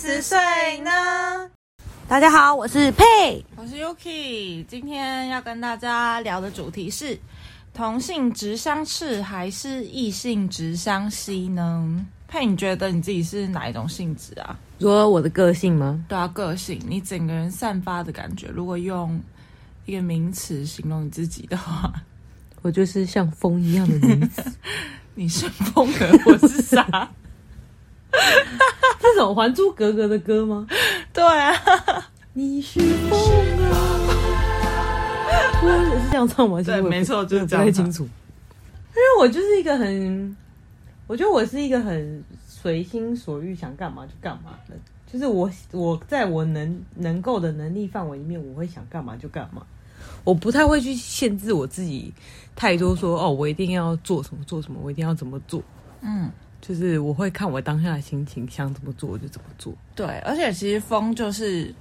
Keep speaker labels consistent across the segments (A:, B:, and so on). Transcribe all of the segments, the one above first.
A: 十岁呢？
B: 大家好，我是佩。
A: 我是 Yuki，今天要跟大家聊的主题是同性直相斥还是异性直相吸呢？佩，你觉得你自己是哪一种性质啊？
B: 说我的个性吗？
A: 对啊，个性，你整个人散发的感觉，如果用一个名词形容你自己的话，
B: 我就是像风一样的女子。
A: 你是风格，我是啥？
B: 这种《还珠格格》的歌吗？
A: 对啊，
B: 你是风啊！我是这样唱吗？其实我也不
A: 对没错就是这样啊
B: 我也不太
A: 唱
B: 清楚。因为我就是一个很，我觉得我是一个很随心所欲，想干嘛就干嘛的。就是我，我在我能能够的能力范围里面，我会想干嘛就干嘛。我不太会去限制我自己太多说，哦，我一定要做什么做什么，我一定要怎么做。
A: 嗯。
B: 就是我会看我当下的心情，想怎么做我就怎么做。
A: 对，而且其实风就是，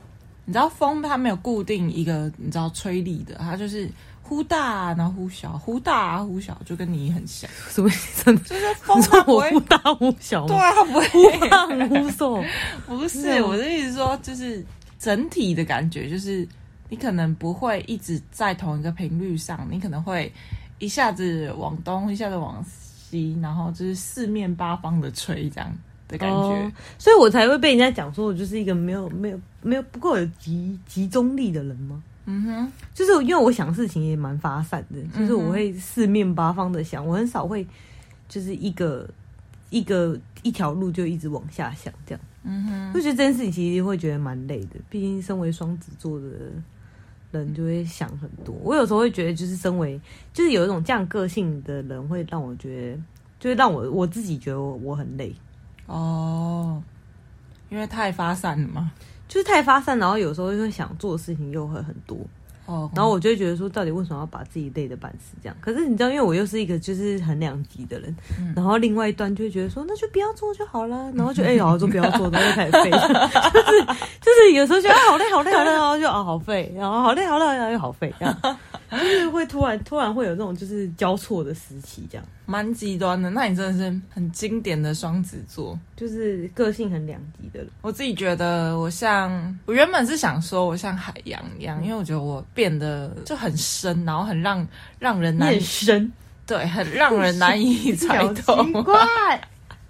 A: 你知道风它没有固定一个，你知道吹力的，它就是忽大然后忽小，忽大忽小，就跟你很像。
B: 什么意思？真的
A: 就是
B: 你
A: 风它
B: 说
A: 不
B: 我
A: 会
B: 忽，大忽小
A: 对
B: 吗？
A: 啊，它不
B: 忽
A: 会，
B: 胖忽瘦，
A: 不
B: 那
A: 是
B: 种
A: 我的意思说，就是整体的感觉，就是你可能不会一直在同一个频率上，你可能会一下子往东，一下子往西，然后就是四面八方的吹这样的感觉。
B: 哦所以我才会被人家讲说我就是一个没有没有没有不够有集集中力的人吗？
A: 嗯哼，
B: 就是因为我想事情也蛮发散的，就是我会四面八方的想，我很少会就是一个一个一条路就一直往下想这样。
A: 嗯哼，
B: 我觉得这件事情其实会觉得蛮累的，毕竟身为双子座的人就会想很多。我有时候会觉得，就是身为就是有一种这样个性的人，会让我觉得，就会让我我自己觉得我我很累，
A: 哦，因为太发散了嘛。
B: 就是太发散，然后有时候又会想做的事情又会很多，
A: 哦，
B: 然后我就会觉得说，到底为什么要把自己累得半死这样？可是你知道，因为我又是一个就是很两极的人，
A: 嗯
B: 然后另外一端就会觉得说，那就不要做就好了，然 后就哎、好好做不要做，然后就开始废， 就是就是有时候觉得啊好累好累好累，然后就啊好废，然后好累好累，然后又好废，这样就是会突然突然会有那种就是交错的时期，这样
A: 蛮极端的，那你真的是很经典的双子座。
B: 就是个性很两极的人。
A: 我自己觉得我像，我原本是想说我像海洋一样，因为我觉得我变得就很深，然后很让让人难
B: 眼
A: 以
B: 神
A: 对，很让人难以猜
B: 小
A: 透。
B: 奇怪，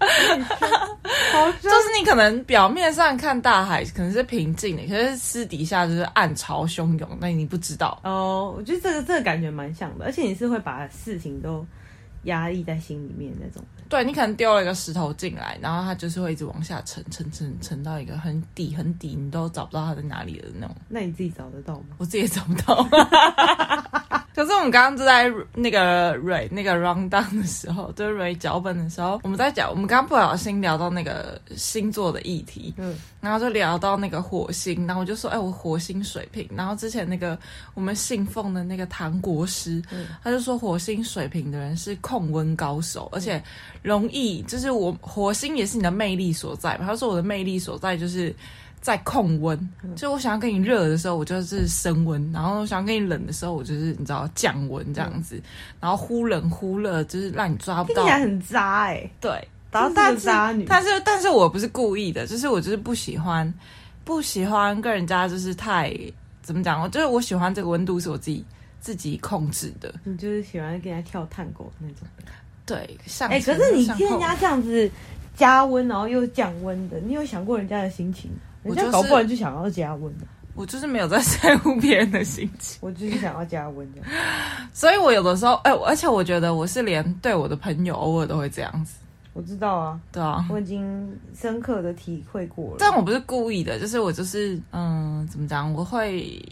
B: 好
A: 就
B: 深哦
A: 是你可能表面上看大海可能是平静的，可是私底下就是暗潮汹涌，那你不知道。
B: 哦，我觉得这个这个感觉蛮像的，而且你是会把事情都压抑在心里面那种。
A: 对你可能丢了一个石头进来，然后它就是会一直往下沉，沉沉沉到一个很底很底，你都找不到它在哪里的那种。
B: 那你自己找得到吗？
A: 我自己也找不到。可是我们刚刚就在那个蕊那个 round down 的时候，就是蕊脚本的时候，我们在讲，我们刚刚不小心聊到那个星座的议题，
B: 嗯，
A: 然后就聊到那个火星，然后我就说，哎、我火星水瓶。然后之前那个我们信奉的那个唐国师，
B: 嗯
A: 他就说火星水瓶的人是控温高
B: 嗯
A: 手，而且容易就是我火星也是你的魅力所在嘛。他说我的魅力所在就是在控温，
B: 嗯
A: 就我想要跟你热的时候，我就是升温；然后我想要跟你冷的时候，我就是你知道降温这样子，然后忽冷忽热，就是让你抓不
B: 听
A: 到
B: 起来很渣哎、
A: 对。
B: 打
A: 但
B: 算
A: 是
B: 是个渣女。
A: 但是但是我不是故意的，就是我就是不喜欢，不喜欢跟人家就是太怎么讲，我就是我喜欢这个温度是我自己自己控制的。
B: 你就是喜欢跟人家跳探狗那种。
A: 对，像
B: 哎、可是你听人家这样子加温，然后又降温的，你有想过人家的心情？
A: 我
B: 人
A: 就是
B: 家搞不完就想要加温的，
A: 我就是没有在在乎别人的心情，
B: 我就是想要加温的。
A: 所以我有的时候，哎、而且我觉得我是连对我的朋友偶尔都会这样子，
B: 我知道啊，
A: 对啊。
B: 我已经深刻的体会过了。
A: 但我不是故意的，就是我就是嗯，怎么讲？我会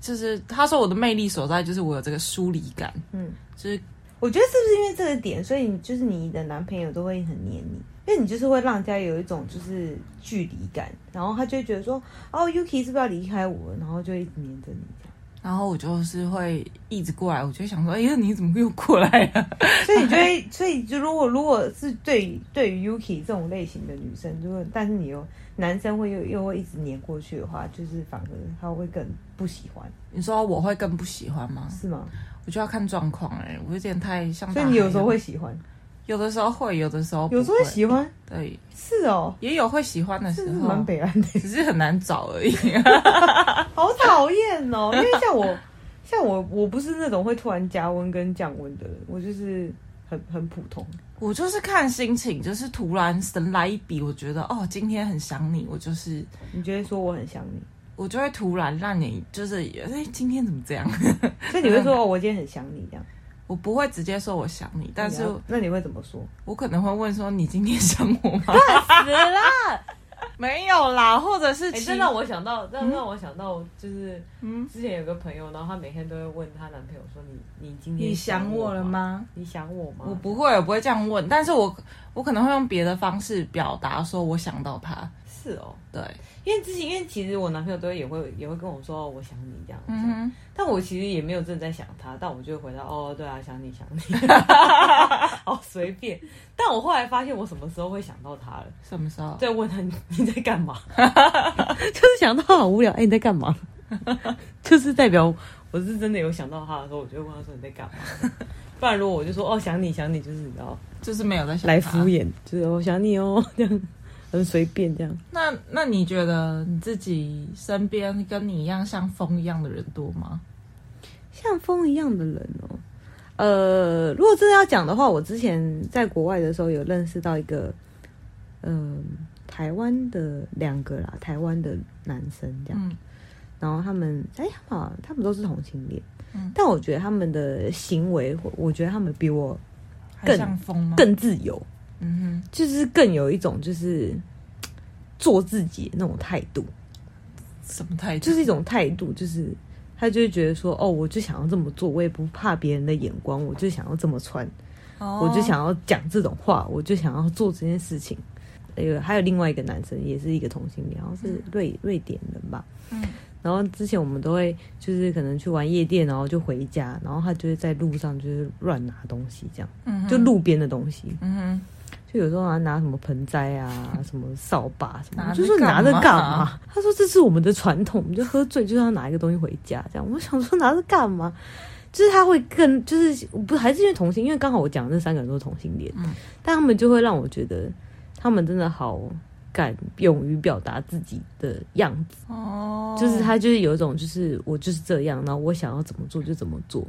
A: 就是他说我的魅力所在就是我有这个疏离感，
B: 嗯，
A: 就是
B: 我觉得是不是因为这个点，所以你就是你的男朋友都会很黏你，因为你就是会让人家有一种就是距离感，然后他就会觉得说，哦，Yuki 是不是要离开我？然后就一直黏着你这
A: 然后我就是会一直过来，我就会想说，哎呀，你怎么又过来了？
B: 样，所以你 就会，所以就如果如果是对于对于 Yuki 这种类型的女生，如果但是你又男生会又又会一直黏过去的话，就是反而他会更不喜欢，
A: 你说我会更不喜欢吗？
B: 是吗？
A: 我就要看状况哎、我有点太像大
B: 所
A: 海了。
B: 以你有时候会喜欢，
A: 有的时候会，有的时候不
C: 有时候会
A: 会
C: 喜欢，
A: 对，
C: 是哦，
A: 也有会喜欢的
C: 这
A: 时
C: 是
A: 候，
C: 蛮北蓝的，
A: 只是很难找而已。
C: 好讨厌哦。因为像我， 像我，我不是那种会突然加温跟降温的人，我就是很很普通。
A: 我就是看心情，就是突然神来一笔，我觉得哦，今天很想你，我就是
C: 你觉得说我很想你，
A: 我就会突然让你就是哎，今天怎么这样？
C: 所以你会 说哦，我今天很想你这样。
A: 我不会直接说我想你，但是
C: 那你要那你会怎么说？
A: 我可能会问说你今天想 我吗？
C: 死啦！
A: 没有啦，或者是
B: 哎、
A: 其
B: 这让我想到，让让我想到，就是
A: 嗯，
B: 之前有个朋友，然后她每天都会问她男朋友说：“你你今天
A: 你想我了？吗？
B: 你想我吗？”
A: 我不会，我不会这样问，但是我我可能会用别的方式表达说我想到他，
B: 是哦，
A: 对，
B: 因为之前因为其实我男朋友都也会也会跟我说、哦我想你这样子，
A: 嗯哼。
B: 但我其实也没有真的在想他，但我就回答哦，对啊，想你想 你，好随便。但我后来发现我什么时候会想到他了，
A: 什么时候？
B: 在问他你你在干嘛， 就是想到好无聊，哎、你在干嘛？ 就是代表我是真的有想到他的时候，我就会问他说你在干嘛。 不然如果我就说哦想你想你，就是你知道
A: 就是没有在想
B: 来
A: 他
B: 敷。衍，就是我、哦、想你哦 这样，很随便这样。
A: 那那你觉得你自己身边跟你一样像风一样的人多吗？
B: 像风一样的人哦。呃，如果真的要讲的话，我之前在国外的时候有认识到一个，嗯、台湾的两个啦，台湾的男生这样，
A: 嗯
B: 然后他们哎，他们好像他们都是同性恋，
A: 嗯，
B: 但我觉得他们的行为，我觉得他们比我
A: 还
B: 更
A: 像风吗？
B: 更自由，
A: 嗯
B: 就是更有一种就是嘖做自己的那种态度，
A: 哼，什么态度？
B: 就是一种态度，就是他就会觉得说，哦，我就想要这么做，我也不怕别人的眼光，我就想要这么穿。
A: 哦
B: 我就想要讲这种话，我就想要做这件事情。呃，还有另外一个男生也是一个同性恋，好像是瑞瑞典人吧。
A: 嗯
B: 然后之前我们都会就是可能去玩夜店，然后就回家，然后他就会在路上就是乱拿东西，这样
A: 嗯哼
B: 就路边的东西，
A: 嗯哼，
B: 就有时候拿拿什么盆栽 啊、什么扫把什么，
A: 拿
B: 我
A: 着
B: 就说拿着干
A: 干
B: 嘛
A: 嘛？
B: 他说这是我们的传统，我们就喝醉就是要拿一个东西回家，这样。我想说拿着干嘛？就是他会更就是我不还是因为同性，因为刚好我讲的那三个人都是同性恋，
A: 嗯
B: 但他们就会让我觉得他们真的好敢勇于表达自己的样子，
A: 哦，
B: 就是他就是有一种就是我就是这样，然后我想要怎么做就怎么做，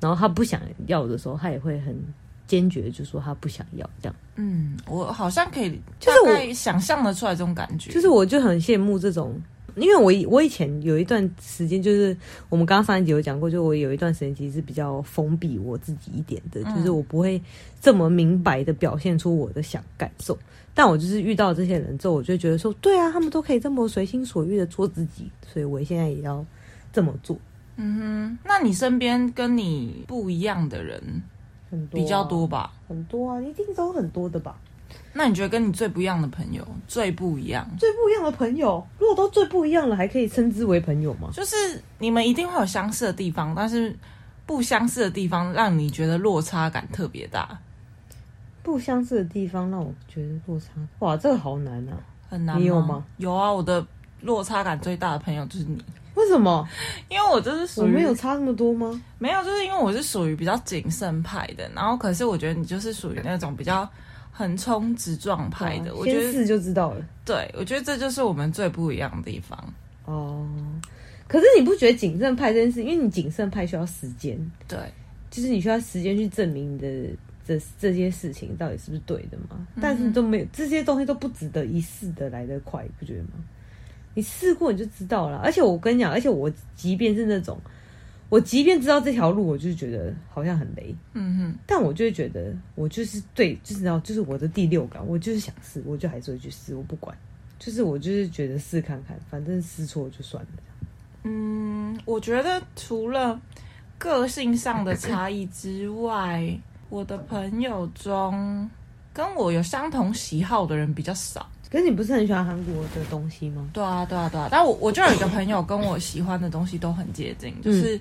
B: 然后他不想要的时候，他也会很坚决，就说他不想要这样。
A: 嗯，我好像可以，
B: 就是我
A: 大概想象得出来这种感觉，
B: 就是我就很羡慕这种，因为我以我以前有一段时间，就是我们刚刚上一集有讲过，就我有一段时间其实是比较封闭我自己一点的，
A: 嗯
B: 就是我不会这么明白的表现出我的想感受。但我就是遇到这些人之后，我就觉得说，对啊，他们都可以这么随心所欲的做自己，所以我现在也要这么做。
A: 嗯哼。那你身边跟你不一样的人
C: 很多啊
A: 比较多，吧？
C: 很多啊，一定都很多的吧。
A: 那你觉得跟你最不一样的朋友最不一样？
C: 最不一样的朋友，
B: 如果都最不一样了，还可以称之为朋友吗？
A: 就是你们一定会有相似的地方，但是不相似的地方让你觉得落差感特别大，
B: 不相似的地方让我觉得落差，哇，这个好难啊！
A: 很难。
B: 你有吗？
A: 有啊，我的落差感最大的朋友就是你，
B: 为什么
A: 因为我就是属
B: 我
A: 于
B: 们有差那么多吗？
A: 没有，就是因为我是属于比较谨慎派的，然后可是我觉得你就是属于那种比较横冲直撞派的，
B: 哇
A: 我觉
B: 啊先
A: 得
B: 试就知道了。
A: 对，我觉得这就是我们最不一样的地方。
B: 哦，可是你不觉得谨慎派这件事，因为你谨慎派需要时间，
A: 对，
B: 就是你需要时间去证明你的这这些事情到底是不是对的嘛？
A: 嗯
B: 但是都没有这些东西都不值得一试的来得快，你不觉得吗？你试过你就知道了。而且我跟你讲，而且我即便是那种，我即便知道这条路，我就是觉得好像很雷，
A: 嗯哼，
B: 但我就会觉得我就是对，就是知道，就是我的第六感，我就是想试，我就还是会去试，我不管，就是我就是觉得试看看，反正试错就算了。
A: 嗯，我觉得除了个性上的差异之外，我的朋友中跟我有相同喜好的人比较少。
B: 可是你不是很喜欢韩国的东西吗？
A: 对啊，对啊，对啊。但我我就有一个朋友跟我喜欢的东西都很接近，就是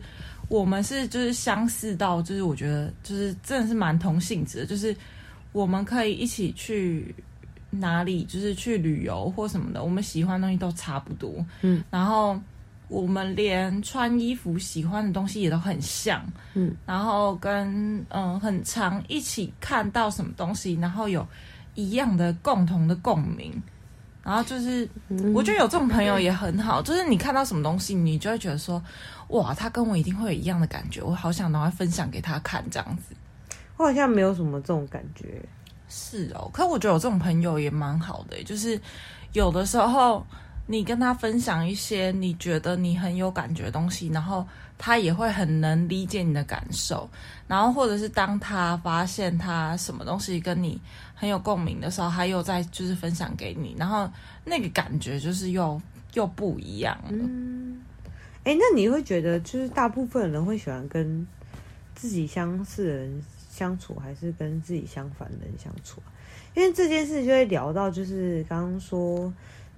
A: 我们是就是相似到，就是我觉得就是真的是蛮同性质的，就是我们可以一起去哪里，就是去旅游或什么的，我们喜欢的东西都差不多。
B: 嗯，
A: 然后我们连穿衣服、喜欢的东西也都很像，
D: 嗯，
A: 然后跟嗯很常一起看到什么东西，然后有一样的共同的共鸣，然后就是、我觉得有这种朋友也很好，就是你看到什么东西，你就会觉得说，哇，他跟我一定会有一样的感觉，我好想赶快分享给他看这样子。
B: 我好像没有什么这种感觉。
A: 是哦，可我觉得我这种朋友也蛮好的，就是有的时候你跟他分享一些你觉得你很有感觉的东西，然后他也会很能理解你的感受，然后或者是当他发现他什么东西跟你很有共鸣的时候，他又再就是分享给你，然后那个感觉就是又又不一样了。嗯
B: 哎、那你会觉得，就是大部分人会喜欢跟自己相似的人相处，还是跟自己相反的人相处啊？因为这件事就会聊到，就是刚刚说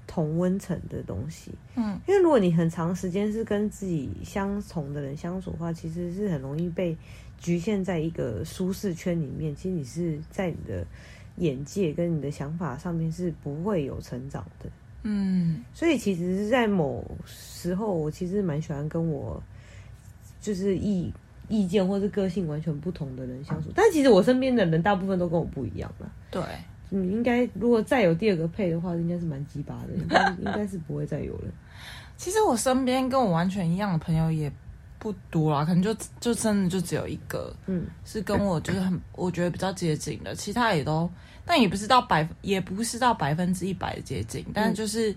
B: 同温层的东西。
A: 嗯，
B: 因为如果你很长时间是跟自己相同的人相处的话，其实是很容易被局限在一个舒适圈里面。其实你是在你的眼界跟你的想法上面是不会有成长的。
A: 嗯，
B: 所以其实是在某时候，我其实蛮喜欢跟我就是意意见或是个性完全不同的人相处。但其实我身边的人大部分都跟我不一样啦。
A: 对，
B: 你嗯应该如果再有第二个配的话，应该是蛮鸡巴的，应该应该是不会再有了。
A: 其实我身边跟我完全一样的朋友也不多啦，可能就就真的就只有一个，
B: 嗯，
A: 是跟我就是很我觉得比较接近的，其他也都，但也不是到百，也不是到百分之一百的接近，但就是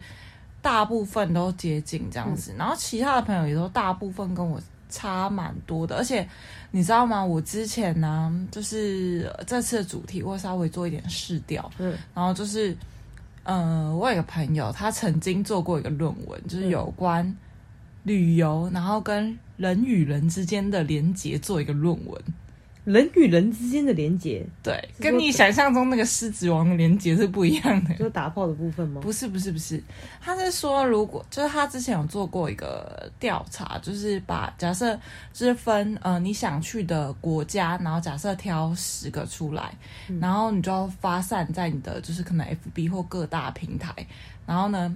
A: 大部分都接近这样子。然后其他的朋友也都大部分跟我差蛮多的，而且你知道吗？我之前呢、就是呃这次的主题我稍微做一点试调，
B: 嗯，
A: 然后就是，呃，我有一个朋友，他曾经做过一个论文，就是有关旅游，然后跟人与人之间的连结做一个论文。
B: 人与人之间的连结，
A: 对，
B: 是说
A: 跟你想象中那个狮子王的连结是不一样的。
B: 就打炮的部分吗？
A: 不是不是不是，他是说如果就是他之前有做过一个调查，就是把假设就是分呃你想去的国家，然后假设挑十个出来，然后你就要发散在你的就是可能 FB 或各大平台，然后呢。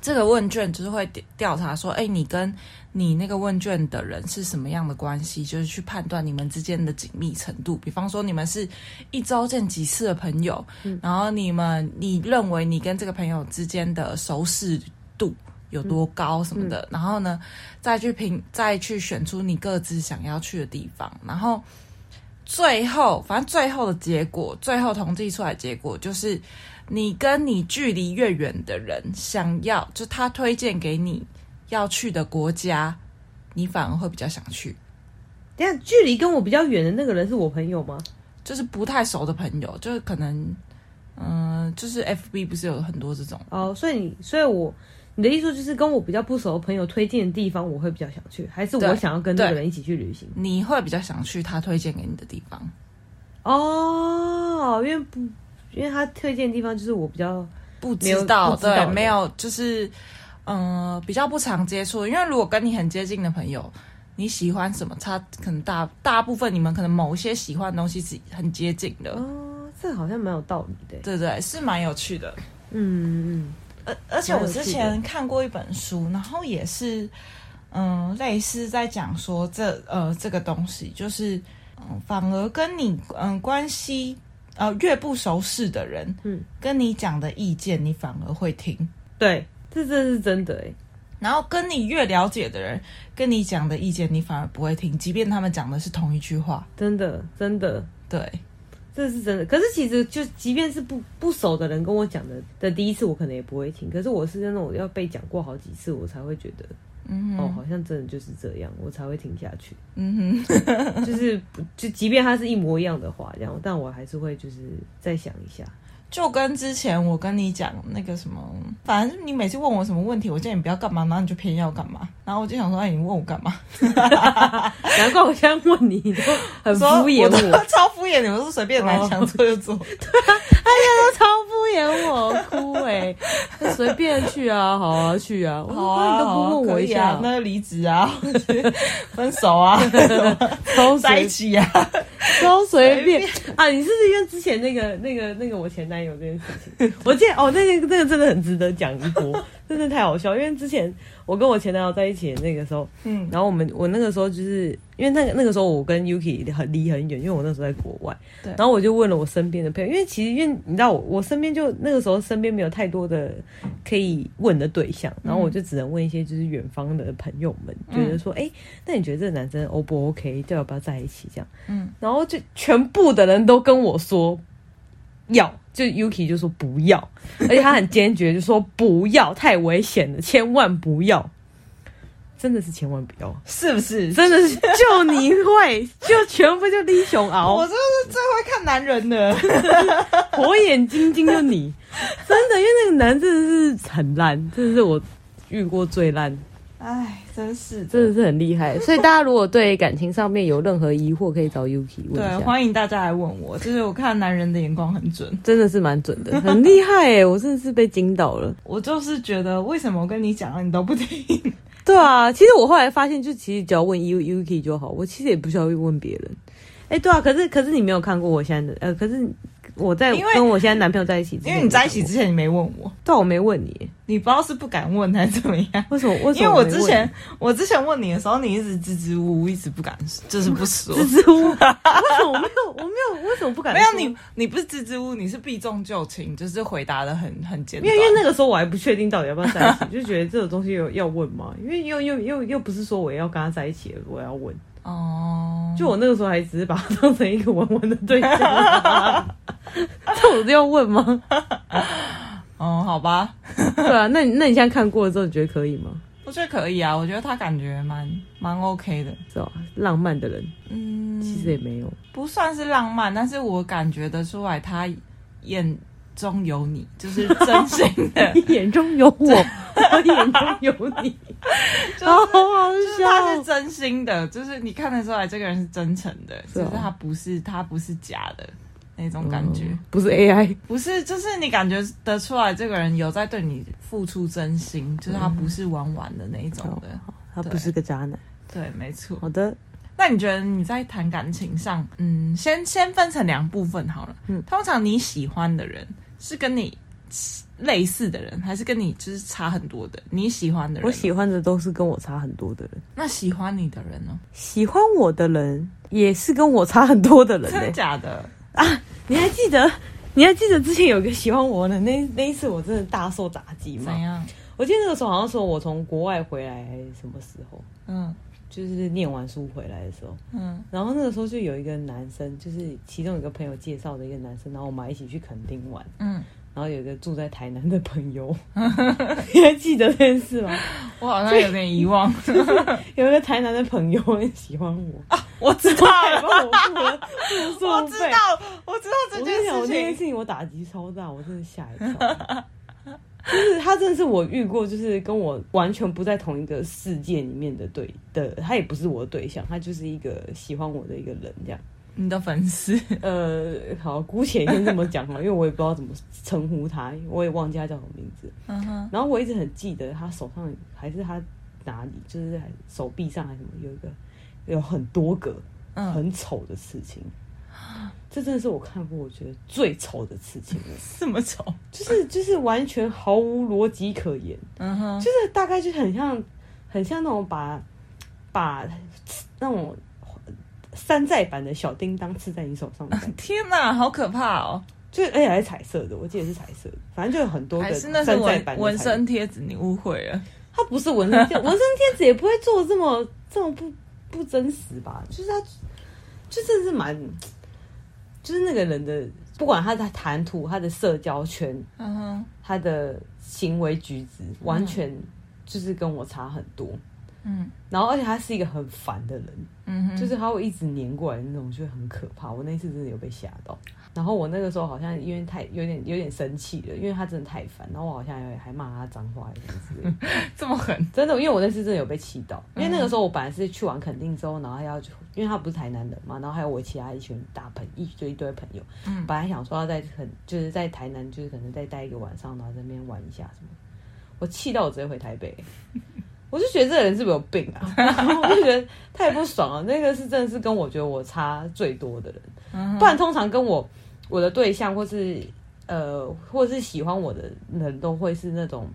A: 这个问卷就是会调调查说，哎，你跟你那个问卷的人是什么样的关系，就是去判断你们之间的紧密程度。比方说，你们是一周见几次的朋友，然后你们你认为你跟这个朋友之间的熟识度有多高什么的，然后呢，再去评再去选出你各自想要去的地方，然后最后反正最后的结果，最后统计出来的结果就是你跟你距离越远的人想要，就他推荐给你要去的国家，你反而会比较想去。
B: 等一下距离跟我比较远的那个人是我朋友吗？
A: 就是不太熟的朋友，就是可能，嗯、就是 FB 不是有很多这种，
B: 哦，所以你，所以我，你的意思就是跟我比较不熟的朋友推荐的地方，我会比较想去，还是我
A: 对
B: 想要跟那个
A: 对
B: 人一起去旅行？
A: 你会比较想去他推荐给你的地方。
B: 哦，因为不，因为他推荐的地方就是我比较，
A: 不
B: 没有
A: 知
B: 不
A: 道，
B: 知道
A: 对
B: 的，
A: 没有，就是嗯、呃比较不常接触。因为如果跟你很接近的朋友，你喜欢什么，他可能大大部分你们可能某一些喜欢的东西是很接近的，
B: 哦，这好像蛮有道理的。
A: 对对，是蛮有趣的。
B: 嗯嗯
A: 而而且
B: 蛮
A: 我
B: 有
A: 之
B: 趣的
A: 前看过一本书，然后也是，嗯，类似在讲说这呃这个东西，就是嗯，反而跟你嗯关系呃越不熟识的人，
B: 嗯，
A: 跟你讲的意见，你反而会听。
B: 嗯，对，这这是真的哎。
A: 然后跟你越了解的人，跟你讲的意见，你反而不会听，即便他们讲的是同一句话。
B: 真的，真的，
A: 对，
B: 这是真的。可是其实就，即便是不不熟的人跟我讲的的第一次，我可能也不会听。可是我是那种要被讲过好几次，我才会觉得，
A: 嗯
B: 哦，
A: 哼，
B: 好像真的就是这样，我才会听下去。
A: 嗯哼，
B: 就是不就，即便它是一模一样的话，这样，但我还是会就是再想一下。
A: 就跟之前我跟你讲那个什么，反正你每次问我什么问题，我叫你不要干嘛，然后你就偏要干嘛，然后我就想说，哎，你问我干嘛？
B: 难怪我现在问你都很敷衍
A: 我
B: 我
A: 都， 超敷衍你，我说随便来
B: 哦
A: 想做就做。
B: 超敷衍我，哭 哎、欸，随便去啊，好啊，去啊，我
A: 好
B: 说那
A: 啊，
B: 你都不问我一下，
A: 好啊可以啊那个离职啊，分手啊，
B: 超
A: 在一
B: 随
A: 起啊，
D: 超随便。
B: 啊！你是不是因为之前那个、那个、那个我前男友这件事情？ 我记得哦，那个那个真的很值得讲一波， 真的太好笑。因为之前我跟我前男友在一起的那个时候，
A: 嗯，
B: 然后我们我那个时候就是因为那个那个时候我跟 Yuki 很离很远，因为我那时候在国外。
A: 对
B: 然后我就问了我身边的朋友，因为其实因为你知道我我身边就那个时候身边没有太多的可以问的对象，然后我就只能问一些就是远方的朋友们，
A: 嗯
B: 觉得说，哎、那你觉得这个男生 O 不 OK？就要不要在一起这样？
A: 嗯，
B: 然后就全部的人都跟我说要，就 Yuki 就说不要，而且他很坚决，就说不要，太危险了，千万不要。真的是千万不要，
A: 是不是？
B: 真 的是就你会，就全部就李雄
A: 我
B: 敖，
A: 就是最会看男人 的，
B: 火眼金睛就 你，真的，因为那个男真的是很烂，真的是我遇过最烂，
A: 哎，真是的。
D: 真的是很厉 害，所以大家如果对感情上面有任何疑惑，可以找 Yuki 问
A: 对
D: 一，下，
A: 欢迎大家来问我，就是我看男人的眼光很准。
D: 真的是蛮准 的，很厉害哎、我真的是被惊到了。
A: 我就是觉得，为什么我跟你讲了 你都不听？
D: 对啊，其实我后来发现，就其实只要问 U Yuki 就好，我其实也不需要问别人。
B: 哎、对啊，可是可是你没有看过我现在的，呃，可是我在
A: 因为
B: 跟我现在男朋友在一起之前，
A: 因为你在一起之前你没问我，
B: 对啊，我没问你，
A: 你不知道是不敢问还是怎么样。
B: 为什么？为什
A: 因为
B: 么
A: 我
B: 没问
A: 之前我之前问你的时候，你一直支支吾吾，一直不敢，就是不说。
B: 支支吾吾，为什么我没有？我没有，为什么不敢？
A: 没有你，，你不是支支吾吾，你是避重就轻，就是回答的很很简
B: 因
A: 单。
B: 为因为那个时候我还不确定到底要不要在一起，就觉得这种东西有要问嘛，因为又又又又不是说我要跟他在一起了，我要问。
A: 哦，
B: 就我那个时候还只是把他当成一个玩玩的对象，
D: 这我都要问吗？
A: 哦，好吧，
D: 对啊，那你那你现在看过了之后，你觉得可以吗？
A: 我觉得可以啊，我觉得他感觉蛮蛮 OK 的，
D: 是吧？浪漫的人
A: 嗯，
D: 其实也没有，
A: 不算是浪漫，但是我感觉得出来他眼中有你，就是真心 的，
D: 你眼中有我，我眼中有你，
A: 就是
D: 好好
A: 就是他是
D: 笑。
A: 真心的，就是你看得出来这个人是真诚的，
D: 是
A: 就
D: 哦
A: 是他不是他不是假的那种感觉，
D: 嗯不是 AI，
A: 不是就是你感觉得出来这个人有在对你付出真
D: 嗯
A: 心，就是他不是玩玩的那一种的，
D: 他不是个渣男。
A: 对，没错。
D: 好的，
A: 那你觉得你在谈感情上，嗯，先先分成两部分好了，
D: 嗯
A: 通常你喜欢的人是跟你类似的人，还是跟你就是差很多的？你喜欢的人，
D: 我喜欢的都是跟我差很多的人，
A: 那喜欢你的人呢？
D: 喜欢我的人也是跟我差很多的人、
A: 真的
D: 欸。
A: 假的？
B: 你还记得？你还记得之前有一个喜欢我的那那一次，我真的大受打击
A: 怎
B: 吗？
A: 样？
B: 我记得那个时候好像说我从国外回来还是什么时候，
A: 嗯
B: 就是念完书回来的时候，
A: 嗯
B: 然后那个时候就有一个男生，就是其中有一个朋友介绍的一个男生，然后我们还一起去垦丁玩，
A: 嗯，
B: 然后有一个住在台南的 朋友，你还记得这件事吗？
A: 我好像有点遗忘。
B: 有一个台南的朋友很喜欢我，
A: 我知道
B: 还
A: 了，
B: 帮我付了住宿
A: 我知
B: 费。
A: 道，我知道这
B: 我跟你讲，
A: 件
B: 我那件
A: 事
B: 事
A: 情。
B: 情我打击超大，我真的吓一跳。就是他真的是我遇过，就是跟我完全不在同一个世界里面的对的，他也不是我的对象，他就是一个喜欢我的一个人这样。
A: 你的粉丝，
B: 呃，好，姑且先这么讲哈，因为我也不知道怎么称呼他，我也忘记他叫什么名字。
A: 嗯哼，
B: 然后我一直很记得他手上还是他哪里，就是还手臂上还是什么有一个有很多个
A: 嗯，
B: 很丑的刺青，这真的是我看过我觉得最丑的刺青了，
A: 这么丑，
B: 就是就是完全毫无逻辑可言，
A: 嗯哼，
B: 就是大概就是很像很像那种把把那种山寨版的小叮当刺在你手上的感觉。
A: 天哪，好可怕哦！
B: 就是而哎且还是彩色的，我记得是彩色的，反正就有很多
A: 还
B: 个
A: 是那
B: 山
A: 是
B: 寨
A: 纹
B: 版的
A: 纹
B: 彩色
A: 身贴纸，你误会了。
B: 他不是纹身贴，纹身贴纸也不会做得这么这么不不真实吧？就是他，就真的是蛮，就是那个人的，不管他的谈吐、他的社交圈、
A: 嗯哼，
B: 他的行为举止，完全就是跟我差很多。
A: 嗯
B: 然后，而且他是一个很烦的人，
A: 嗯哼，
B: 就是他会一直黏过来的那种，就很可怕。我那一次真的有被吓到。然后我那个时候好像因为太有点有点生气了，因为他真的太烦，然后我好像还还骂他脏话还是什么之类的。
A: 这么狠。
B: 真的，因为我那次真的有被气到，因为那个时候我本来是去完垦丁之后，然后要去，因为他不是台南人嘛，然后还有我其他一群大朋一堆一堆朋友，
A: 嗯
B: 本来想说要在很就是在台南，就是可能再待一个晚上，然后在那边玩一下什么，我气到我直接回台北，我就觉得这个人是不是有病啊？ 我就觉得太不爽了。那个是真的是跟我觉得我差最多的
A: 嗯
B: 人，不然通常跟我我的对象或是呃或是喜欢我的人都会是那种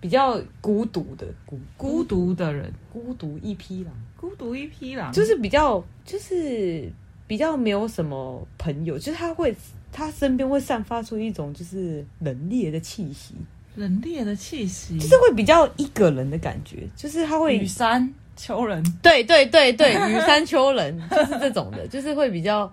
B: 比较孤独的孤
A: 孤独的人，
B: 孤独一匹狼，
A: 孤独一匹狼，
B: 就是比较就是比较没有什么朋友，就是他会他身边会散发出一种就是冷冽的气息，
A: 冷冽的气息，
B: 就是会比较一个人的感觉，就是他会
A: 雨山秋人，
B: 对对对对， 雨山丘人就是这种的，就是会比较，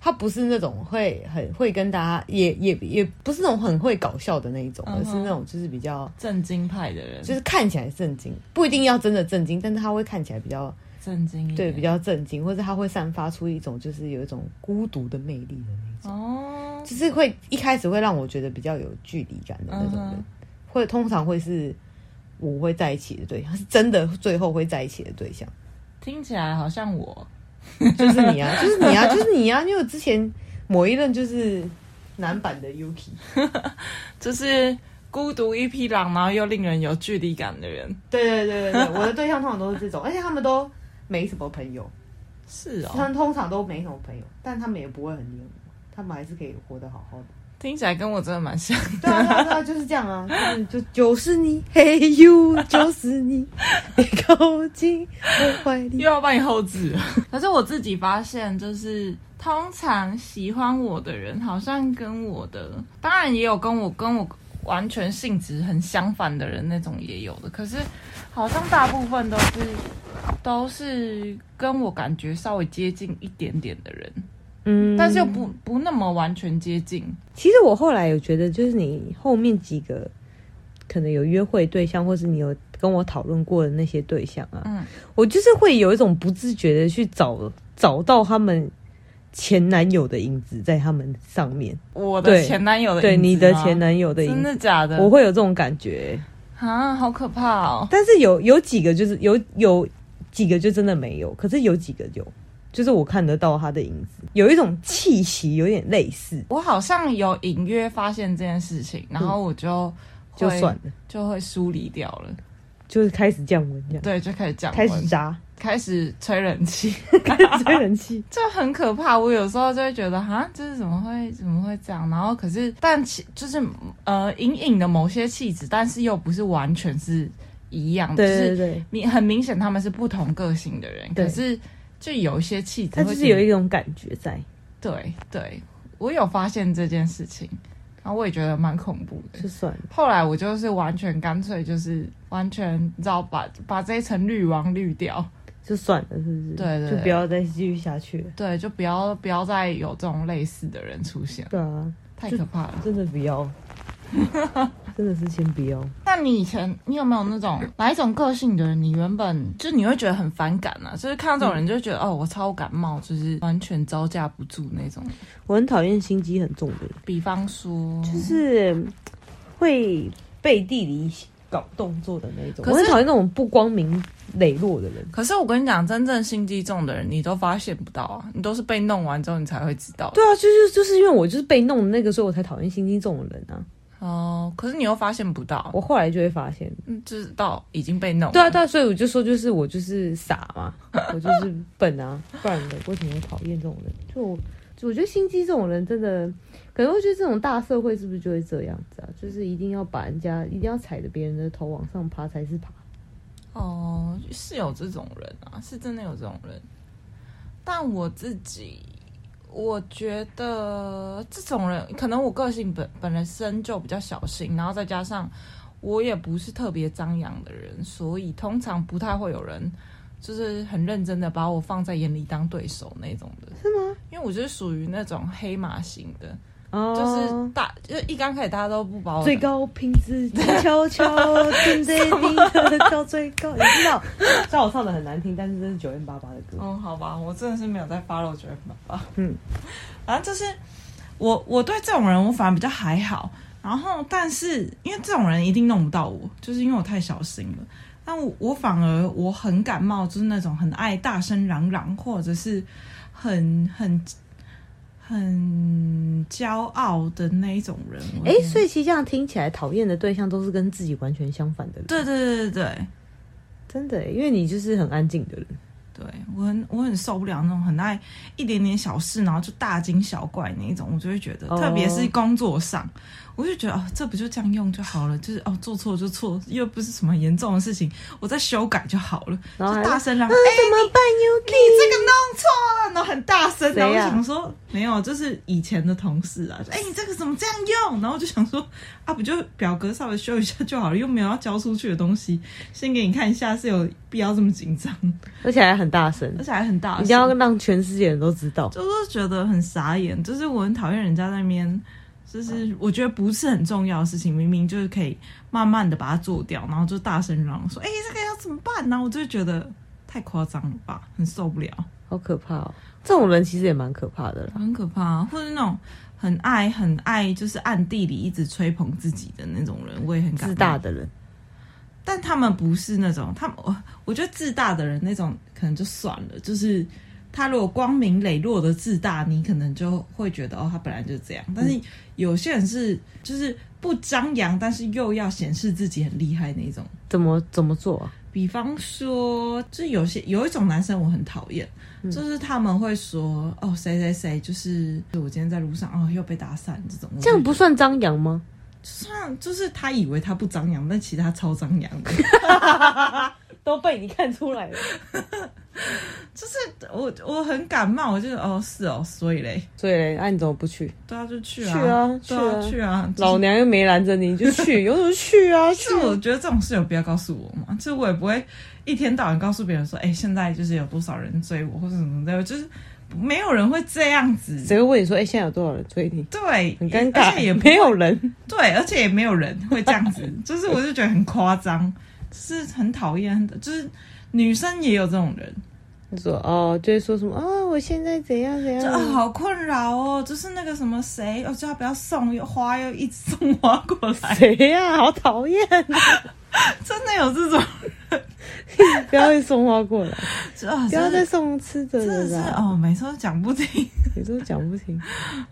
B: 他不是那种会很会跟大家，也也也不是那种很会搞笑的那一种，
A: 嗯
B: 而
A: 哼
B: 是那种就是比较，
A: 震惊派的人，
B: 就是看起来震惊，不一定要真的震惊，但是他会看起来比较
A: 震惊一点
B: 对比较震惊，或者他会散发出一种就是有一种孤独的魅力的那种，
A: 哦，
B: 就是会一开始会让我觉得比较有距离感的那种
A: 嗯哼
B: 人，会通常会是我会在一起的对象，是真的最后会在一起的对象。
A: 听起来好像我
B: 就是你啊， 就是你啊，就是你啊！因为我之前某一任就是男版的 Yuki，
A: 就是孤独一匹狼，然后又令人有距离感的人，
B: 对对对对对， 我的对象通常都是这种，而哎且他们都没什么朋友，
A: 是
B: 他
A: 哦，
B: 们通常都没什么朋友，但他们也不会很黏我，他们还是可以活得好好的。
A: 听起来跟我真的蛮像。
B: 对 啊对啊对啊，就是这样啊，就是就就是你，嘿呦，就是你， 别靠近我怀里。
A: 又要帮你后置。 可是我自己发现，就是通常喜欢我的人，好像跟我的，当然也有跟我跟我完全性质很相反的人，那种也有的。可是好像大部分都是都是跟我感觉稍微接近一点点的人，
B: 嗯
A: 但是又不不那么完全接近。
B: 其实我后来有觉得，就是你后面几个可能有约会对象，或是你有跟我讨论过的那些对象啊，
A: 嗯，
B: 我就是会有一种不自觉的去找找到他们前男友的影子在他们上面，
A: 我的
B: 对
A: 前男友的
B: 对
A: 影子
B: 你的
A: 吗
B: 前男友的影
A: 真
B: 子，
A: 的假的？
B: 我会有这种感觉。
A: 啊，好可怕哦！
B: 但是有有几个就是有有几个就真的没有，可是有几个有。就是我看得到他的影子，有一种气息，有点类似，
A: 我好像有隐约发现这件事情，然后我就会
B: 嗯就算了，
A: 就会疏离掉了，
B: 就是开始降温这 样，
A: 对，就开始降
B: 开
A: 温，
B: 始扎，
A: 开始吹冷气，
B: 吹人气。
A: 这很可怕。我有时候就会觉得，哈，这是怎么会怎么会这样？然后可是，但其就是呃，隐隐的某些气质，但是又不是完全是一样的，
B: 对
A: 就
B: 对
A: 是
B: 对，
A: 你很明显他们是不同个性的人，
B: 对
A: 可是就有一些气质
B: 他
A: 会
B: 就是
A: 觉
B: 有
A: 得
B: 一种感觉在，
A: 对对，我有发现这件事情，然后我也觉得蛮恐怖的。
B: 就算了。
A: 后来我就是完全干脆就是完全，你知道把把这一层滤网滤掉，
B: 就算了，是不是？
A: 对对对
B: 就不要再继续下去了。
A: 对，就不要不要再有这种类似的人出现，
B: 对啊，
A: 太可怕了。
B: 真的不 要，真的是先不要。
A: 那你以前你有没有那种哪一种个性的人，你原本就你会觉得很反感啊，就是看到这种人就觉得、哦，我超感冒，就是完全招架不住那种。
B: 我很讨厌心机很重的人，
A: 比方说，
B: 就是会背地里搞动作的那种。
A: 可
B: 我
A: 是
B: 很讨厌那种不光明磊落的人。
A: 可是我跟你讲，真正心机重的人，你都发现不到啊，你都是被弄完之后你才会知道。
B: 对啊，就是就是因为我就是被弄的那个，所以我才讨厌心机重的人啊。
A: 哦，可是你又发现不到，
B: 我后来就会发现，
A: 嗯，知道已经被弄了。
B: 对啊对啊，所以我就说，就是我就是傻嘛，我就是笨啊，不然我为什么会讨厌这种人？就我就我觉得心机这种人真的，可能我觉得这种大社会是不是就会这样子啊？就是一定要把人家，一定要踩着别人的头往上爬才是爬。
A: 哦，是有这种人啊，是真的有这种人。但我自己，我觉得这种人，可能我个性本本身就比较小心，然后再加上我也不是特别张扬的人，所以通常不太会有人就是很认真的把我放在眼里当对手那种的。是吗？因为我就是属于那种黑马型的，
B: 哦
A: 就是大，就是一刚开始大家都不把我
B: 最高频 次悄悄蹲在你的到最高，你知道？ 虽然我唱的很难听，但是这是九零八八的歌。
A: 哦，好吧，我真的是没有在 follow 觉得很吧。
B: 嗯，
A: 反正就是我我对这种人我反而比较还好，然后但是因为这种人一定弄不到我，就是因为我太小心了。但我我反而我很感冒，就是那种很爱大声嚷嚷，或者是很很很骄傲的那一种人。我
B: 哎、
A: 觉得
B: 所以其实这样听起来，讨厌的对象都是跟自己完全相反的人。
A: 对对对对对，
B: 真的耶，因为你就是很安静的人，
A: 对我很我很受不了那种很爱一点点小事，然后就大惊小怪那一种，我就会觉得，
B: 哦
A: 特别是工作上，我就觉得哦，这不就这样用就好了，就是哦做错就错，又不是什么严重的事情，我再修改就好了，
B: 然后还
A: 就大声嚷，
B: 啊
A: 哎、
B: 怎么办
A: 你
B: ，Yuki？
A: 这个弄错了，然后很大声，
B: 谁
A: 然
B: 呀
A: 后我想说没有，就是以前的同事啊，就哎、你这个怎么这样用？然后我就想说啊，不就表格稍微修一下就好了，又没有要交出去的东西，先给你看一下是有必要这么紧张，
B: 而且还很大声，
A: 而且还很大声，
B: 一定要让全世界人都知道。
A: 就是觉得很傻眼，就是我很讨厌人家在那边，就是我觉得不是很重要的事情，明明就是可以慢慢的把它做掉，然后就大声嚷嚷说：“哎、这个要怎么办呢、然后我就觉得太夸张了吧，很受不了，
B: 好可怕哦！这种人其实也蛮可怕的啦。
A: 很可怕、啊或者那种很爱很爱，就是暗地里一直吹捧自己的那种人，我也很感
B: 自
A: 冒
B: 大的人，
A: 但他们不是那种，他们我我觉得自大的人那种可能就算了，就是他如果光明磊落的自大，你可能就会觉得哦，他本来就这样。但是有些人是就是不张扬，但是又要显示自己很厉害那种。
B: 怎么怎么做啊？
A: 比方说，就有些有一种男生我很讨厌，
B: 嗯
A: 就是他们会说哦谁谁谁，就是我今天在路上哦又被打散这种，
B: 嗯这样不算张扬吗？
A: 算就是他以为他不张扬，但其实他超张扬的。
B: 都被你看出来了，
A: 我我很感冒，我就哦是哦，所以嘞，
B: 所以嘞，那、你怎么不去？
A: 对啊就去啊，
B: 去啊
A: 对啊
B: 去
A: 去啊，就是
B: 老娘又没拦着你，你就 去，有种去啊去
A: 是！我觉得这种事有必要告诉我吗？就是我也不会一天到晚告诉别人说，哎、现在就是有多少人追我或者什么的，就是没有人会这样子。
B: 谁会问你说，哎、现在有多少人追你？
A: 对，
B: 很尴
A: 而
B: 尬，
A: 且也不
B: 没有人。
A: 对，而且也没有人会这样子， 就是我就觉得很夸张，就是很讨厌的，就是女生也有这种人，
B: 他说哦，就会说什么啊、我现在怎样怎样
A: 就、啊，好困扰哦，就是那个什么谁，哦，叫他不要送花，又一直送花过来，
B: 谁呀、好讨 厌！
A: 真的有这种
B: 不要再送花过来，
A: 啊，
B: 不
A: 真
B: 要
A: 的
B: 再送吃的啊
A: 真
B: 了
A: 的是
B: 啦。
A: 哦，每次都讲不听，
B: 你都讲不清，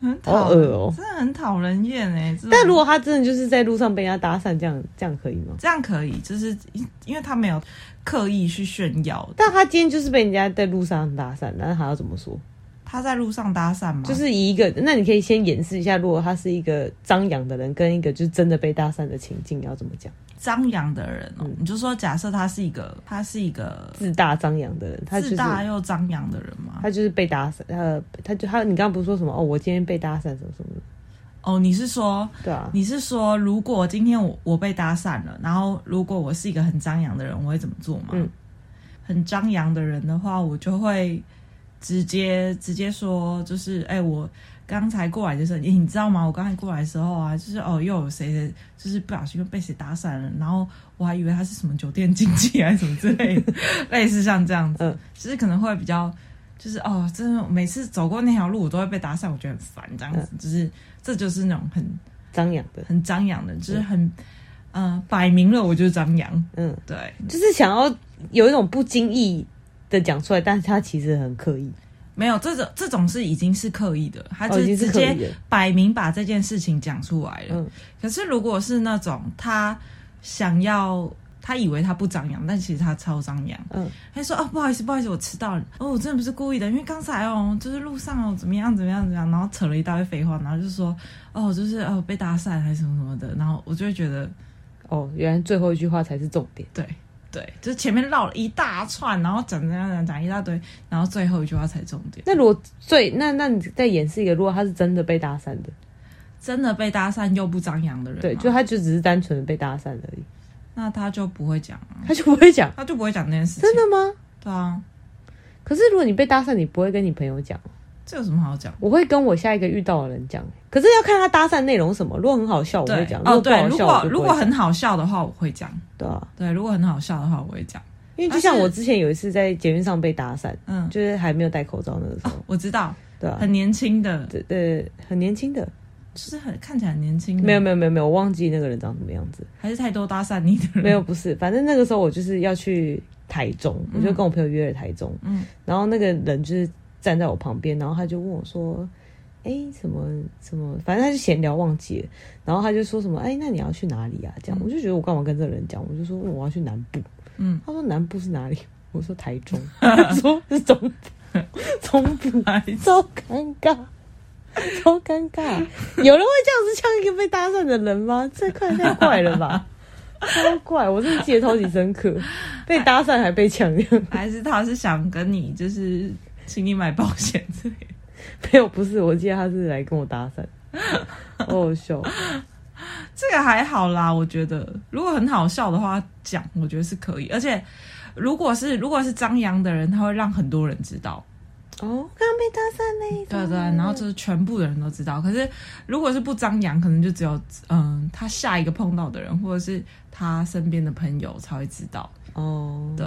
A: 很
B: 好
A: 讨
B: 恶哦、
A: 真的很讨人厌哎。这种
B: 但如果他真的就是在路上被人家搭讪，这样这样可以吗？
A: 这样可以，就是因为他没有刻意去炫耀，
B: 但他今天就是被人家在路上搭讪，那他要怎么说？
A: 他在路上搭讪嘛，
B: 就是以一个，那你可以先演示一下，如果他是一个张扬的人，跟一个就是真的被搭讪的情境，要怎么讲？
A: 张扬的人哦。
B: 嗯
A: 你就说，假设他是一个，他是一个
B: 自大张扬的人，他就是
A: 自大又张扬的人嘛。
B: 他就是被搭讪，呃，他就他，你刚刚不是说什么哦？我今天被搭讪什么什么的，
A: 哦，你是说，
B: 对啊，
A: 你是说，如果今天我我被搭讪了，然后如果我是一个很张扬的人，我会怎么做吗？
B: 嗯
A: 很张扬的人的话，我就会直接直接说，就是哎、我刚才过来的时候，你你知道吗？我刚才过来的时候啊，就是哦，又有谁谁，就是不小心被谁搭讪了，然后我还以为他是什么酒店经济还是什么之类 的，类似像这样子，
B: 嗯
A: 就是可能会比较。就是哦，真的，每次走过那条路，我都会被搭讪，我觉得很烦，这样子，
B: 嗯
A: 就是这就是那种很
B: 张扬的，
A: 很张扬的，就是很，嗯、摆明了我就是张扬，
B: 嗯，
A: 对，
B: 就是想要有一种不经意的讲出来，但是他其实很刻意，
A: 没有这种这种是已经是刻意的，他
B: 哦，
A: 就
B: 已经
A: 直
B: 是刻
A: 接
B: 意了，
A: 摆明把这件事情讲出来了。
B: 嗯
A: 可是如果是那种他想要，他以为他不张扬，但其实他超张扬，
B: 嗯，
A: 他就说哦不好意思不好意思我迟到了，哦我真的不是故意的，因为刚才哦就是路上哦怎么样怎么样怎么样，然后扯了一大堆废话，然后就说哦就是哦被搭讪还是什么什么的，然后我就会觉得。
B: 哦，原来最后一句话才是重点，
A: 对对，就是前面绕了一大串，然后讲讲讲讲一大堆，然后最后一句话才重点。
B: 那如果最那那你再演示一个，如果他是真的被搭讪的，
A: 真的被搭讪又不张扬的人嘛，
B: 对，就他就只是单纯的被搭讪而已，
A: 那他就不会讲啊，
B: 他就不会讲
A: 他就不会讲这件事情。
B: 真的吗？
A: 对啊，
B: 可是如果你被搭讪，你不会跟你朋友讲，
A: 这有什么好讲？
B: 我会跟我下一个遇到的人讲。可是要看他搭讪内容是什么，如果很好笑，我会
A: 对
B: 讲；
A: 哦，
B: 如果不
A: 对，
B: 好
A: 如
B: 笑，我
A: 果
B: 就
A: 如
B: 不会
A: 果
B: 讲。
A: 很好笑的话，我会讲。
B: 对啊，
A: 对，如果很好笑的话，我会讲。
B: 因为就像我之前有一次在捷运上被搭讪，
A: 嗯，
B: 就是还没有戴口罩那个时候，
A: 我知道，
B: 对啊，
A: 很年轻的，
B: 对对，很年轻的，
A: 就是很看起来很年轻的，
B: 没有没有没有没有，我忘记那个人长什么样子，
A: 还是太多搭讪你的人，
B: 没有不是，反正那个时候我就是要去台中，我就跟我朋友约了台中，
A: 嗯，
B: 然后那个人就是站在我旁边，然后他就问我说。哎，什么什么，反正他就闲聊忘记了，然后他就说什么，哎，那你要去哪里啊？这样，我就觉得我干嘛跟这个人讲，我就说、嗯我要去南部，
A: 嗯，
B: 他说南部是哪里？我说台 中，他说是中部，中部
A: 哎
B: 超尴尬，超尴尬。有人会这样子呛一个被搭讪的人吗？这太太怪了吧， 超怪！我真的记得超级深刻，被搭讪还被呛，
A: 还是他是想跟你就是请你买保险之类的。
B: 没有不是，我记得他是来跟我搭 讪，好好笑。
A: 这个还好啦，我觉得如果很好笑的话讲，我觉得是可以。而且如果是如果是张扬的人，他会让很多人知道，嗯
B: 哦，刚刚被搭讪嘞，
A: 对对，然后就是全部的人都知道。可是如果是不张扬，可能就只有嗯他下一个碰到的人，或者是他身边的朋友才会知道。
B: 哦，
A: 对，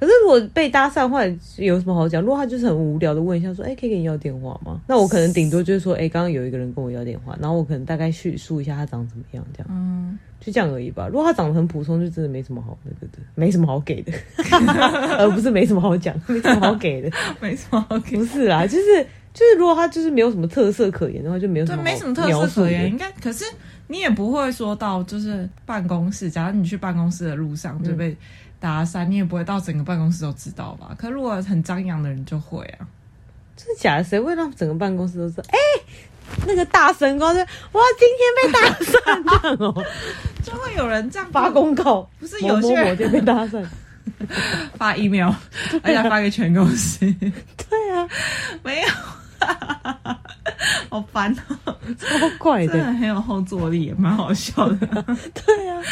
B: 可是如果被搭讪，或者有什么好讲？如果他就是很无聊的问一下，说：“哎、可以跟你要电话吗？”那我可能顶多就是说：“哎、刚刚有一个人跟我要电话。”然后我可能大概叙述一下他长怎么样，这样
A: 嗯，
B: 就这样而已吧。如果他长得很普通，就真的没什么好那个的，没什么好给的， 而不是没什么好讲，没什么好给的，
A: 没什么 OK。
B: 不是啦，就是就是如果他就是没有什么特色可言的话，就没有什
A: 对，
B: 么好
A: 没什么特
B: 描
A: 色
B: 述
A: 可
B: 的
A: 言，应该。可是你也不会说到，就是办公室，假如你去办公室的路
B: 嗯
A: 上就被搭讪，你也不会到整个办公室都知道吧？可如果很张扬的人就会啊，
B: 真的假的？谁会让整个办公室都知道？哎、那个大神光说：“哇，今天被搭讪这样哦、
A: 就会有人这样
B: 发公告。”
A: 不是
B: 某
A: 有些
B: 某某
A: 人
B: 店被搭 讪，
A: 发 email，而
B: 啊
A: 且还发给全公司，
B: 对啊，
A: 没有。 好烦哦，
B: 超怪
A: 真的
B: 的，
A: 很有后坐力，也蛮好笑的。
B: 对啊，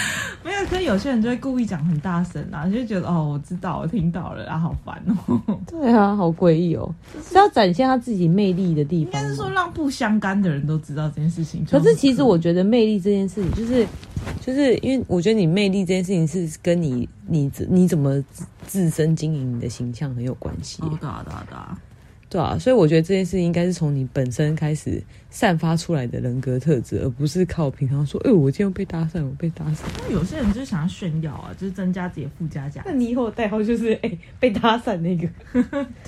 A: 没有，可是有些人就会故意讲很大声啊，就觉得哦，我知道，我听到了啊，好烦哦。
B: 对啊，好诡异哦，是要展现他自己魅力的地
A: 应该
B: 方
A: 是说
B: 吗。
A: 让不相干的人都知道这件事情。
B: 可是其实我
A: 就
B: 觉得魅力这件事情，就是就是因为我觉得你魅力这件事情是跟你你你怎么自身经营你的形象很有关系
A: 很可，哦，对啊，对啊，对啊，
B: 对啊，所以我觉得这件事情应该是从你本身开始散发出来的人格特质，而不是靠平常说，哎、我今天被搭讪，我被搭讪。
A: 那有些人就是想要炫耀啊，就是增加自己的附加价值。
B: 你以后代号 就是哎、被搭讪那个，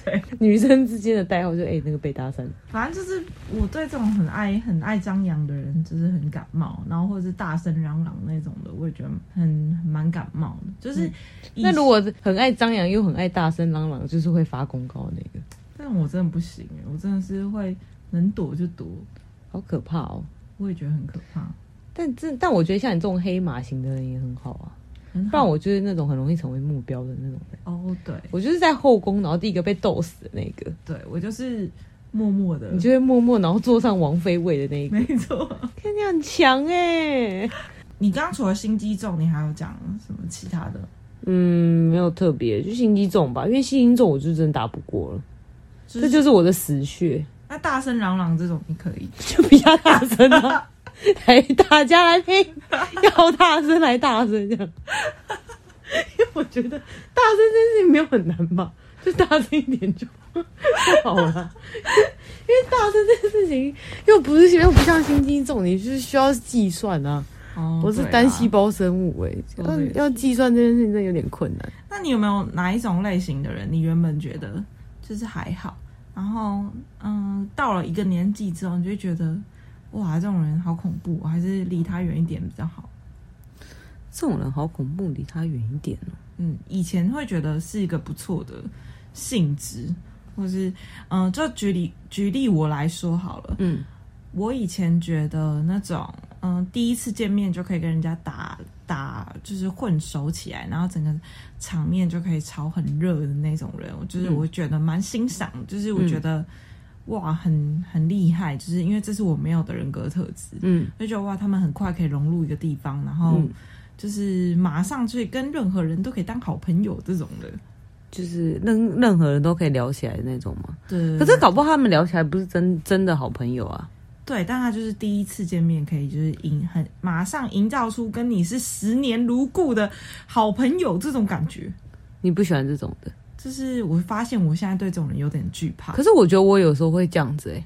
A: 对，
B: 女生之间的代号就哎、那个被搭讪。
A: 反正就是我对这种很爱很爱张扬的人，就是很感冒，然后或者是大声嚷嚷那种的，我也觉得很蛮感冒的。就是以前、
B: 嗯那如果很爱张扬又很爱大声嚷嚷，就是会发公告那个，
A: 但我真的不行哎、我真的是会能躲就躲，
B: 好可怕哦。
A: 我也觉得很可怕。
B: 但这但我觉得像你这种黑马型的人也很好啊，
A: 很好
B: 不然我就是那种很容易成为目标的那种人。
A: 哦，对
B: 我就是在后宫，然后第一个被斗死的那个，
A: 对，我就是默默的
B: 你，就会默默然后坐上王妃位的那一个。
A: 没错。
B: 看你很强哎、
A: 你刚刚除了心机重，你还有讲什么其他的？
B: 嗯，没有特别，就心机重吧，因为心机重我就真的打不过了，
A: 就
B: 这就是我的死穴，
A: 那大声嚷嚷这种你可以，
B: 就比较大声 啊，来大家来听，要大声来大声这样。因为我觉得大声这件事情没有很难吧，就大声一点就就好了。因为大声这件事情又不是又不像心机重，你就是需要计算啊。
A: 哦
B: 我是单细。胞生物哎、
A: 对啊
B: 要要计算这件事情真的有点困难。
A: 那你有没有哪一种类型的人，你原本觉得就是还好，然后嗯，到了一个年纪之后，你就会觉得哇，这种人好恐怖，我还是离他远一点比较好。
B: 这种人好恐怖，离他远一点哦。
A: 嗯，以前会觉得是一个不错的性质，或是嗯，就举例举例我来说好了，
B: 嗯，
A: 我以前觉得那种，嗯，第一次见面就可以跟人家打打，就是混熟起来，然后整个场面就可以炒很热的那种人，我就是
B: 嗯
A: 我觉得蛮欣赏，就是我觉得、哇，很很厉害，就是因为这是我没有的人格特质，
B: 嗯
A: 就觉得哇，他们很快可以融入一个地方，然后
B: 嗯
A: 就是马上去跟任何人都可以当好朋友这种的。
B: 就是任任何人都可以聊起来的那种嘛。
A: 对，
B: 可是搞不好他们聊起来不是真真的好朋友啊。
A: 对，但他就是第一次见面，可以就是营很马上营造出跟你是十年如故的好朋友这种感觉。
B: 你不喜欢这种的，
A: 嗯就是我发现我现在对这种人有点惧怕。
B: 可是我觉得我有时候会这样子哎、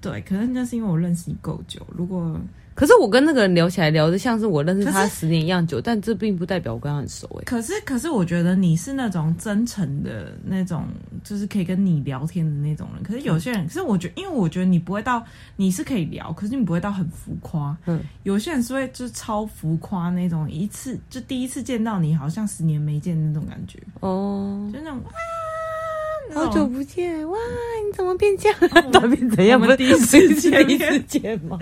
A: 对，可能那是因为我认识你够久。如果
D: 可是我跟那个人聊起来，聊的像是我认识
A: 可是
D: 他十年一样久，但这并不代表我跟他很熟
B: 欸
D: 哎、
A: 可是，可是我觉得你是那种真诚的那种，就是可以跟你聊天的那种人。可是有些人，可是我觉得，因为我觉得你不会到，你是可以聊，可是你不会到很浮夸。
D: 嗯，
A: 有些人是会就是超浮夸那种，一次就第一次见到你，好像十年没见那种感觉，
D: 哦，
A: 就那种啊，
D: 好
A: 那
D: 久
A: 种
D: 不见哇，你怎么变这样？到底怎样？
A: 嗯哦我
D: 不
A: 们
D: 是
A: 第一次见面
D: 第一次见吗？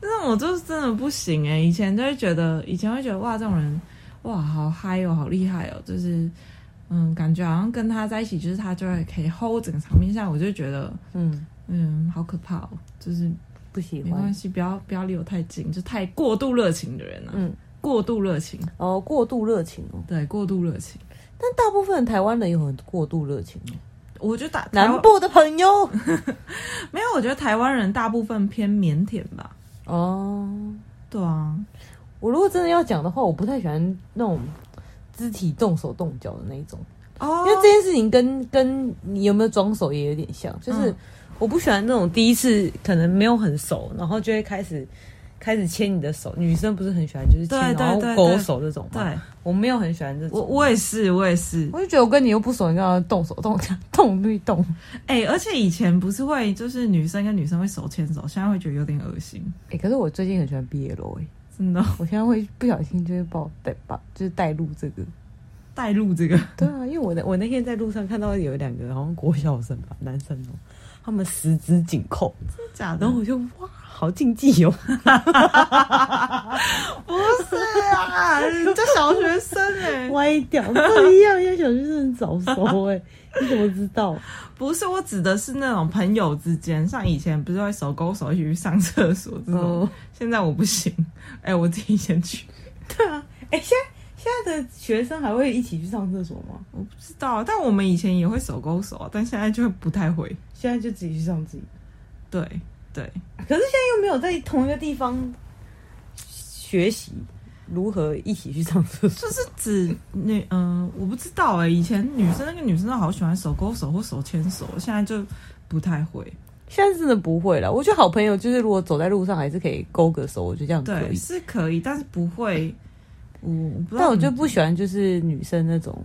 A: 那种我就是真的不行哎、以前就会觉得，以前会觉得哇，这种人哇好嗨哦，好厉害哦，就是嗯，感觉好像跟他在一起，就是他就会可以 hold 整个场面。现在我就觉得。
B: 嗯，
A: 嗯，好可怕哦！就是
B: 不喜
A: 没关
B: 欢
A: 系，不要不要离我太近，就太过度热情的人啊，
B: 嗯，
A: 过度热情，
B: 哦，过度热情哦。
A: 对，过度热情。
B: 但大部分台湾人有很过度热情哦。
A: 我觉得大台
B: 南
A: 湾
B: 部的朋友
A: 没有，我觉得台湾人大部分偏腼腆吧。
B: 哦，
A: 对啊，
B: 我如果真的要讲的话，我不太喜欢那种肢体动手动脚的那一种，
A: 哦
B: 因为这件事情跟跟你有没有装手也有点像，就是
A: 嗯
D: 我不喜欢那种第一次可能没有很熟，然后就会开始开始牵你的手。女生不是很喜欢就是牵，
A: 对对
D: 然后
A: 对
D: 勾
A: 对
D: 手这种吗？
A: 对
D: 我没有很喜欢这种。
A: 我我也是，我也是。
B: 我就觉得我跟你又不熟，你干嘛动手动脚动律动？
A: 哎、而且以前不是会就是女生跟女生会手牵手，现在会觉得有点恶心，
B: 哎、可是我最近很喜欢 BL 哎、
A: 真的
B: 我现在会不小心就会把我带把就是带入这个。
A: 带入这个。
D: 对啊，因为我那我那天在路上看到有两个好像国小生吧，男生哦、他们十指紧扣，
A: 假的
D: 然后，我就哇，好禁忌哦、
A: 不是 啊，人家小学生 哎、
D: 歪掉，不一样，因为小学生很早熟 哎、你怎么知道？
A: 不是，我指的是那种朋友之间，像以前不是会手勾手一起去上厕所这种，
D: 哦
A: 现在我不行， 哎、我自己先去，
D: 对啊，哎、现在现在的学生还会一起去上厕所吗？
A: 我不知道，但我们以前也会手勾手啊，但现在就不太会，
D: 现在就自己去上自己，
A: 对对，
D: 可是现在又没有在同一个地方学习如何一起去上厕所。
A: 就是指那嗯、我不知道哎、以前女生跟女生都好喜欢手勾手或手牵手，现在就不太会，
B: 现在真的不会了。我觉得好朋友就是如果走在路上还是可以勾个手，我觉得这样可
A: 对，
B: 以。
A: 是可以，但是不会，我我不知道，
B: 但我就不喜欢就是女生那种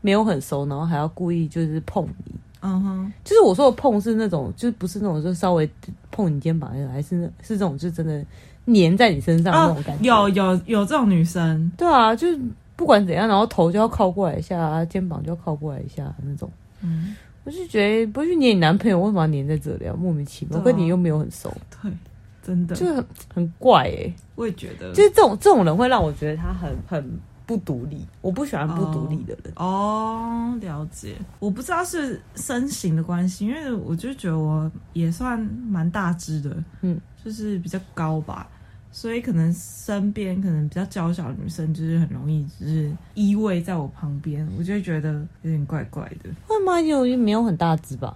B: 没有很熟，然后还要故意就是碰你。
A: 嗯哼，
B: 就是我说的碰是那种，就是不是那种就稍微碰你肩膀那种，还是那是这种就真的粘在你身上的那
A: 哦
B: 种感，觉。
A: 有有有这种女生，
B: 对啊，就是不管怎样，然后头就要靠过来一下，肩膀就要靠过来一下那种。
A: 嗯。
B: 我就觉得不是黏你男朋友，为什么要黏在这里啊？莫名其妙，
A: 对啊
B: 我跟你又没有很熟，
A: 嗯对，啊真的，
B: 就是很很怪哎、
A: 我也觉得，
B: 就是这种这种人会让我觉得他很很不独立，我不喜欢不独立的人。
A: 哦，了解。我不知道是身形的关系，因为我就觉得我也算蛮大只的，
B: 嗯，
A: 就是比较高吧，所以可能身边可能比较娇小的女生，就是很容易就是依偎在我旁边，我就会觉得有点怪怪的。
B: 会吗？有没有很大只吧？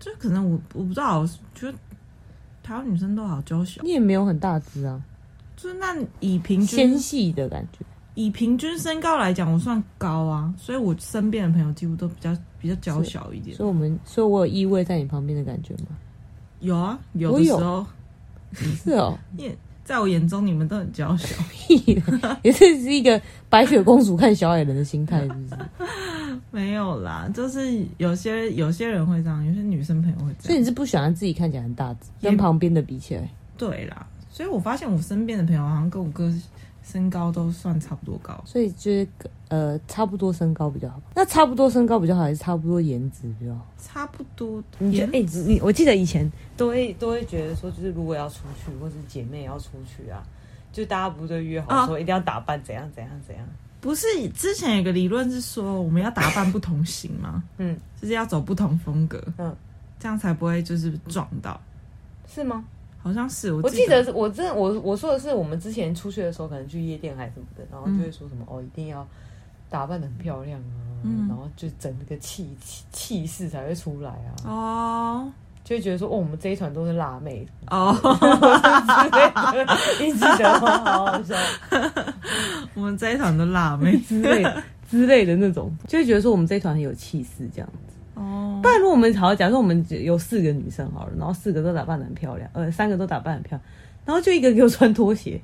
A: 就可能我我不知道，我觉得台湾女生都好娇小，
B: 你也没有很大只啊，
A: 就是那以平均
B: 纤细的感觉。
A: 以平均身高来讲，我算高啊，所以我身边的朋友几乎都比较比较娇小一点。
B: 所以我们，所以我有依偎在你旁边的感觉吗？
A: 有啊，有
B: 我
A: 的时
B: 有
A: 候，
B: 是哦，
A: 你在我眼中你们都很娇小，
B: 屁的，也是是一个白雪公主看小矮人的心态，是 不是？
A: 没有啦，就是有些有些人会这样，有些女生朋友会这
B: 所以
A: 样。
B: 你是不喜欢自己看起来很大只，
A: 也
B: 跟旁边的比起来，
A: 对啦，所以我发现我身边的朋友好像跟我哥身高都算差不多高，
B: 所以就是呃差不多身高比较好。那差不多身高比较好，还是差不多颜值比较好？
A: 差不多。
D: 你
A: 也
D: 觉得哎、你我记得以前都会都会觉得说，就是如果要出去，或是姐妹要出去啊，就大家不是都约好说一定要打扮怎样怎样怎样。
A: 不是之前有个理论是说我们要打扮不同型吗？
D: 嗯，
A: 就是要走不同风格，
D: 嗯，
A: 这样才不会就是撞到。
D: 是吗？
A: 好像是
D: 我
A: 我
D: 记
A: 记
D: 得是我真的我我说的是我们之前出去的时候，可能去夜店还是什么的，然后就会说什么、哦，一定要打扮的很漂亮啊，
A: 嗯
D: 然后就整个气气气势才会出来啊，
A: 哦
D: 就会觉得说哦，我们这一团都是辣妹
A: 哦，
D: 之类的，你记得吗？ 好好笑
A: 我们这一场都辣妹
B: 之类的之类的那种，就会觉得说我们这一团很有气势这样。
A: 哦
B: 不，然如果我们好，假设我们只有四个女生好了，然后四个都打扮的很漂亮，呃，三个都打扮得很漂亮，然后就一个给我穿拖鞋，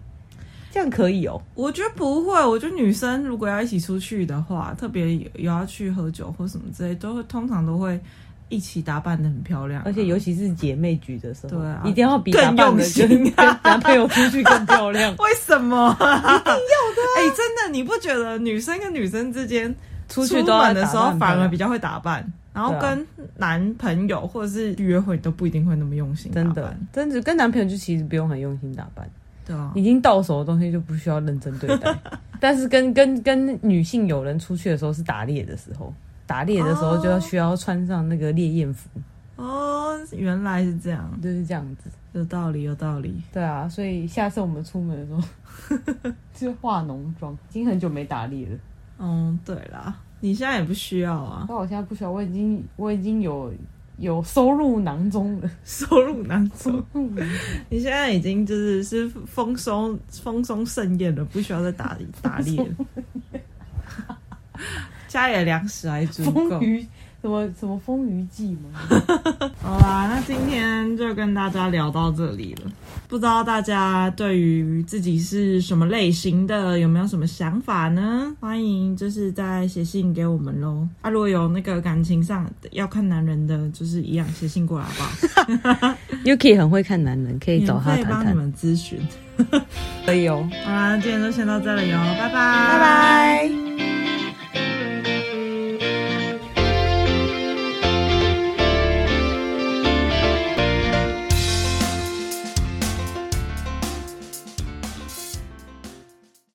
B: 这样可以哦、
A: 我觉得不会，我觉得女生如果要一起出去的话，特别有有要去喝酒或什么之类，都会通常都会一起打扮的很漂亮啊、
B: 而且尤其是姐妹局的时候，
A: 对啊
B: 一定要比
A: 更
B: 打扮的
A: 用
B: 跟
A: 心。
B: 跟男朋友出去更漂亮
A: 为什么？一定要的、 哎、真的，你不觉得女生跟女生之间
B: 出去
A: 出
B: 都要
A: 门的时候
B: 打扮
A: 反而
B: 的
A: 比较会打扮，然后
B: 对啊
A: 跟男朋友或者是约会都不一定会那么用心打
B: 真
A: 扮，
B: 的，真的跟男朋友就其实不用很用心打扮，
A: 对啊
B: 已。经到手的东西就不需要认真 对待。但是跟跟跟女性友人出去的时候是打猎的时候，打猎的时候就要
A: 哦
B: 需要穿上那个猎艳服，
A: 哦，原来是这样，
B: 就是这样子。
A: 有道理，有道理。
B: 对啊，所以下次我们出门的时候 就化浓妆，已经很久没打猎了。
A: 嗯，对啦，你现在也不需要啊，
B: 但我现在不需要，我已经我已经有有收入囊中 了。
A: 收入难收。你现在已经就是是丰收丰收盛宴了，不需要再打 打猎了。家里的粮食还足够
B: 风。雨什么什么风雨季吗？
A: 好啦，那今天就跟大家聊到这里了。不知道大家对于自己是什么类型的，有没有什么想法呢？欢迎就是在写信给我们喽。啊，如果有那个感情上要看男人的，就是一样写信过来好不好？
D: Yuki 很会看男人，可以找他
A: 免费
D: 谈
A: 帮你
D: 谈。
A: 们咨询。
B: 可以哦。
A: 好啦，今天就先到这里哦，拜拜，拜
D: 拜。